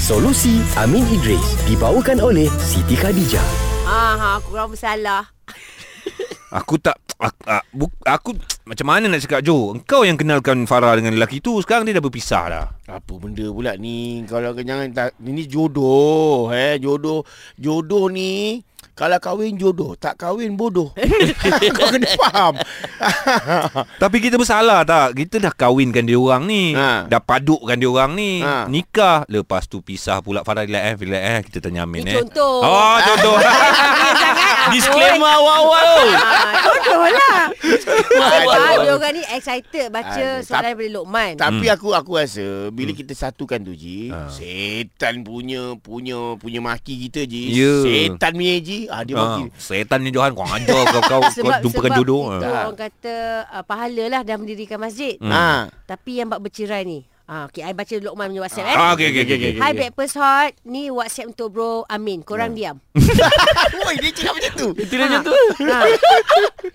Solusi Amin Idris dibawakan oleh Siti Khadijah. Ah, aku orang bersalah. Aku tak aku, aku, aku macam mana nak cakap Jo Engkau yang kenalkan Farah dengan lelaki tu Sekarang dia dah berpisah dah Apa benda pula ni Kalau kau jangan tak, Ini jodoh eh, Jodoh Jodoh ni Kalau kahwin jodoh Tak kahwin bodoh Kau kena faham Tapi kita bersalah tak Kita dah kahwinkan dia orang ni ha. Ha. Dah padukkan dia orang ni ha. Ha. Nikah Lepas tu pisah pula Farah relax eh Relax eh Kita tanya Amin Ni eh contoh. Oh contoh Disclaimer awal-awal Ah, bodoh lah. Sebab dia orang ni excited baca Aduh, soalan daripada Lokman. Tapi aku aku rasa Bila Hmm. kita satukan tu Ji Ah. Setan punya Punya punya maki kita Ji Ya. Setan punya Ji ah, Dia ha. maki Setan ni Johan Kau ajar kau, kau, kau jumpakan jodoh itu ha. orang kata uh, pahala lah dah mendirikan masjid. Hmm. Ah, Tapi yang bab bercerai ni. Ah, okay, I baca Lokman punya WhatsApp eh. Ah, okay, okay, okay, okay, okay. Hi Breakfast Hot Ni WhatsApp untuk bro Amin Korang Hmm. diam Oi, dia cakap macam tu Dia ha. tu ha.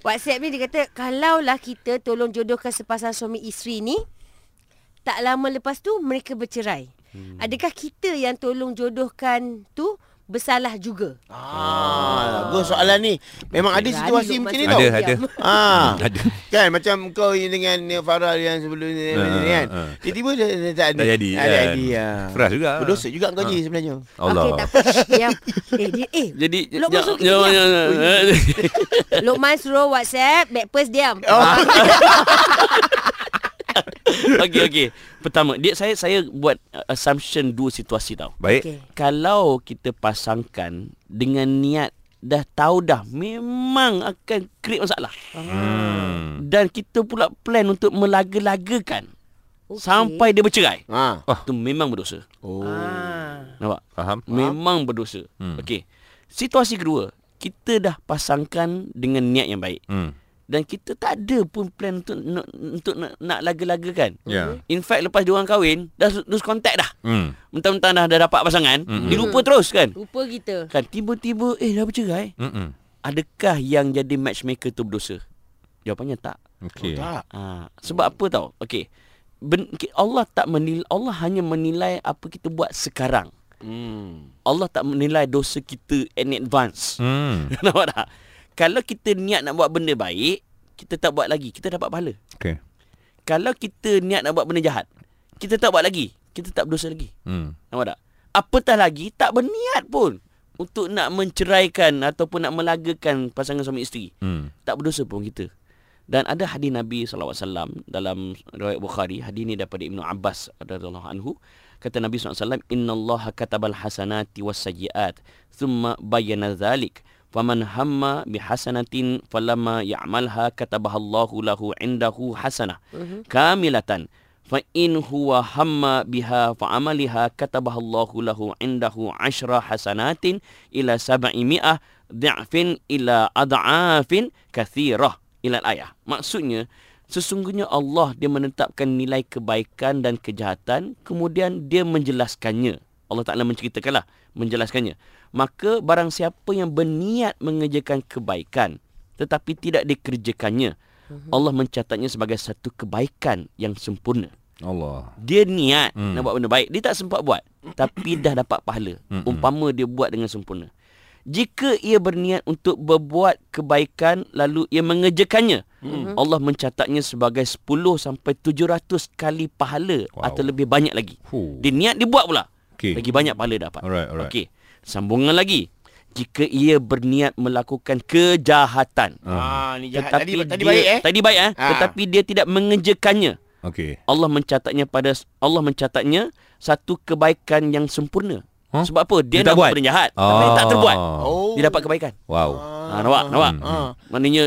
WhatsApp ni dia kata Kalaulah kita tolong jodohkan sepasang suami isteri ni Tak lama lepas tu mereka bercerai hmm. Adakah kita yang tolong jodohkan tu Bersalah juga Ah, bagus soalan ni. Memang ada Berani Lokman situasi macam ni sebab tau. Ada, diam. ada. Ah. Ada. Kan macam kau yang dengan Farah yang sebelum ni Ah, ni kan. ah. Tiba-tiba dia, dia tak ada. Tak jadi, Tak kan? jadi. ah. Keras juga. Ha. Berdosa juga kau je sebenarnya. Allah Okay tak apa Diam Eh, dia, eh Jadi Lokman suruh kita jangan- diam jangan- jangan. Lokman suruh WhatsApp Backpers diam Okey okey. Pertama, dia saya saya buat uh, assumption dua situasi tau. Baik okay. Kalau kita pasangkan dengan niat dah tahu dah memang akan create masalah. hmm. Dan kita pula plan untuk melaga-lagakan Okey. okay. sampai dia bercerai. Ha. Itu memang berdosa. Oh. ah. Nampak? Faham Memang berdosa. Hmm. Hmm. Okey. Situasi kedua, kita dah pasangkan dengan niat yang baik. hmm. dan kita tak ada pun plan untuk nak, untuk nak, nak laga-lagakan. Ya. In fact lepas dia orang kahwin dah lo- lose contact dah. Hmm. Mentang-mentang dah, dah dapat pasangan, mm-hmm. dia lupa terus kan. Rupa kita Kan tiba-tiba eh dah bercerai. Mm-mm. Adakah yang jadi matchmaker tu berdosa? Jawapannya tak. Okay. Tak. Ha, sebab apa tau? Okey. Ben, ki- Allah tak menilai Allah hanya menilai apa kita buat sekarang. Ha. Hmm. Allah tak menilai dosa kita in advance. Hmm. Nampak tak? Kalau kita niat nak buat benda baik, kita tak buat lagi, kita dapat pahala. Okay. Kalau kita niat nak buat benda jahat Kita tak buat lagi Kita tak berdosa lagi Hmm. Nampak tak? Apatah lagi tak berniat pun Untuk nak menceraikan Ataupun nak melagakan pasangan suami isteri Hmm. Tak berdosa pun kita dan ada hadis Nabi SAW dalam riwayat Bukhari, hadis ini daripada Ibnu Abbas radhiyallahu anhu, kata Nabi SAW, "Inna Allah katabal hasanati was sayyiat, thumma bayyana dhalik, faman hamma bihasanatin falamma ya'malha katabaha Allahu lahu indahu hasanah Uh-huh. kamilatan, fa in huwa hamma biha fa amaliha katabaha Allahu lahu indahu ashra hasanatin ila sab'i mi'ah dha'fin ila ad'afin kathirah." ilal ayah. Maksudnya, sesungguhnya Allah dia menetapkan nilai kebaikan dan kejahatan, kemudian dia menjelaskannya. Allah Ta'ala menceritakanlah, menjelaskannya. Maka barang siapa yang berniat mengerjakan kebaikan, tetapi tidak dikerjakannya, Allah mencatatnya sebagai satu kebaikan yang sempurna. Allah. Dia niat Hmm. hmm. nak buat benda baik. Dia tak sempat buat. Tapi dah dapat pahala. Mm-mm. Umpama dia buat dengan sempurna. Jika ia berniat untuk berbuat kebaikan lalu ia mengerjakannya. Hmm. Allah mencatatnya sebagai 10 sampai 700 kali pahala Wow. wow. atau lebih banyak lagi. Huh. Dia niat dia buat pula. Okey. Lagi banyak pahala dapat. Alright, alright. Okey. Sambungan lagi. Jika ia berniat melakukan kejahatan. Ah, ni jahat tadi Tetapi tadi dia- baik eh. Tadi baik eh. Ah. Tetapi dia tidak mengerjakannya. Okay. Allah mencatatnya pada Allah mencatatnya satu kebaikan yang sempurna. Huh? Huh? Sebab apa? Dia Dia, tak nak buat? buat benda jahat tapi dia tak terbuat. Oh. Dia dapat kebaikan. Ah. Wow. Ha nampak, nampak. Ah. Maknanya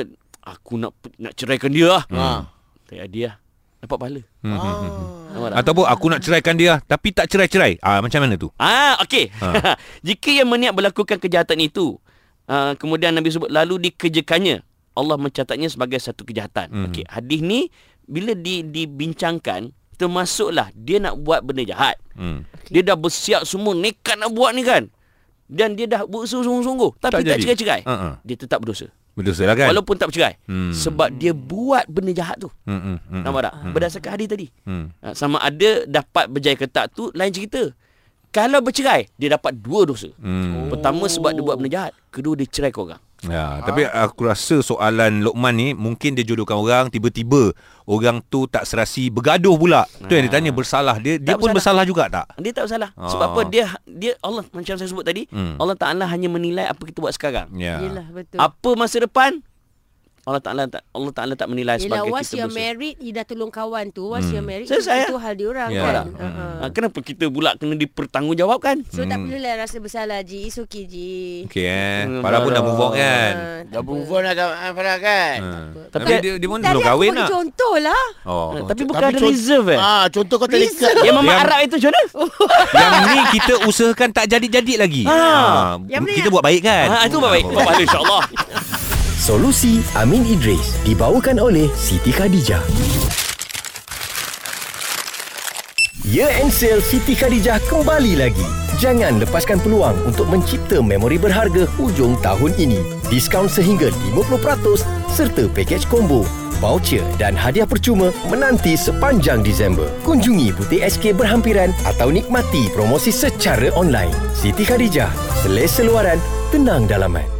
aku nak nak ceraikan dia lah. Ah. Tak ada dia lah. dapat pahala. Hmm. hmm, hmm. Nampak tak? Ataupun aku nak ceraikan dia tapi tak cerai-cerai. Ah macam mana tu? Ah, okey. Ha. Jika yang meniat melakukan kejahatan itu, uh, kemudian Nabi sebut lalu dikerjakannya, Allah mencatatnya sebagai satu kejahatan. Mhm. Mm-hmm. Okey, hadis ni bila di, dibincangkan, termasuklah dia nak buat benda jahat. Hmm. Dia dah bersiap semua nekat nak buat ni kan. Dan dia dah berusaha sungguh-sungguh tapi tak, jadi. cerai-cerai. Ha, ha. Dia tetap berdosa. Berdosa lah kan? Walaupun tak bercerai. Hmm. Sebab dia buat benda jahat tu. Hmm, hmm, hmm. Nampak tak? Berdasarkan hadis tadi. Hmm. Ha, Sama ada dapat berjaya ke tak tu lain cerita. Kalau bercerai, dia dapat dua dosa. Hmm. Pertama sebab dia buat benda jahat, kedua dia cerai kau orang. Ya, tapi aku rasa soalan Lokman ni mungkin dia jodohkan orang tiba-tiba orang tu tak serasi bergaduh pula. Tu yang dia tanya bersalah dia dia Tak pun bersalah. bersalah. juga tak? Dia tak bersalah. Ah. Sebab apa dia dia Allah macam saya sebut tadi, Hmm. Allah Taala hanya menilai apa kita buat sekarang. Ya. Yelah betul. Apa masa depan Allah Taala tak Allah Taala tak menilai Yelah sebagai once kita you're berdosa. married You dah tolong kawan tu Once Hmm. you're married Selesai, Itu hal diorang Ya. kan Ha, Betul ha. Ha, kenapa kita pula kena dipertanggungjawabkan? So tak perlulah rasa bersalah Ji It's okay Ji Okey eh. Hmm, Farah pun dah dah. move on kan. Ha, tak Dah apa. move on dah kan ah, Farah kan Ha. Tapi- Tapi dia dia pun Tadi belum aku kahwin bagi nak. contoh lah Oh. Ha, Tapi tapi bukan ada cont- reserve eh. Ah, contoh kau tak dekat Yang Mama Yang- Arab itu macam mana? yang ni kita usahakan tak jadi-jadi lagi. Ha. Ha. Yang mana Kita yang- buat baik kan? Ha, itu baik. Bapak pahala insya-Allah. Solusi Amin Idris dibawakan oleh Siti Khadijah. Year End Ya Sale Siti Khadijah kembali lagi. Jangan lepaskan peluang untuk mencipta memori berharga hujung tahun ini. Diskaun sehingga 50% serta pakej combo, voucher dan hadiah percuma menanti sepanjang Disember. Kunjungi butik SK berhampiran atau nikmati promosi secara online. Siti Khadijah, selesa luaran, tenang dalaman.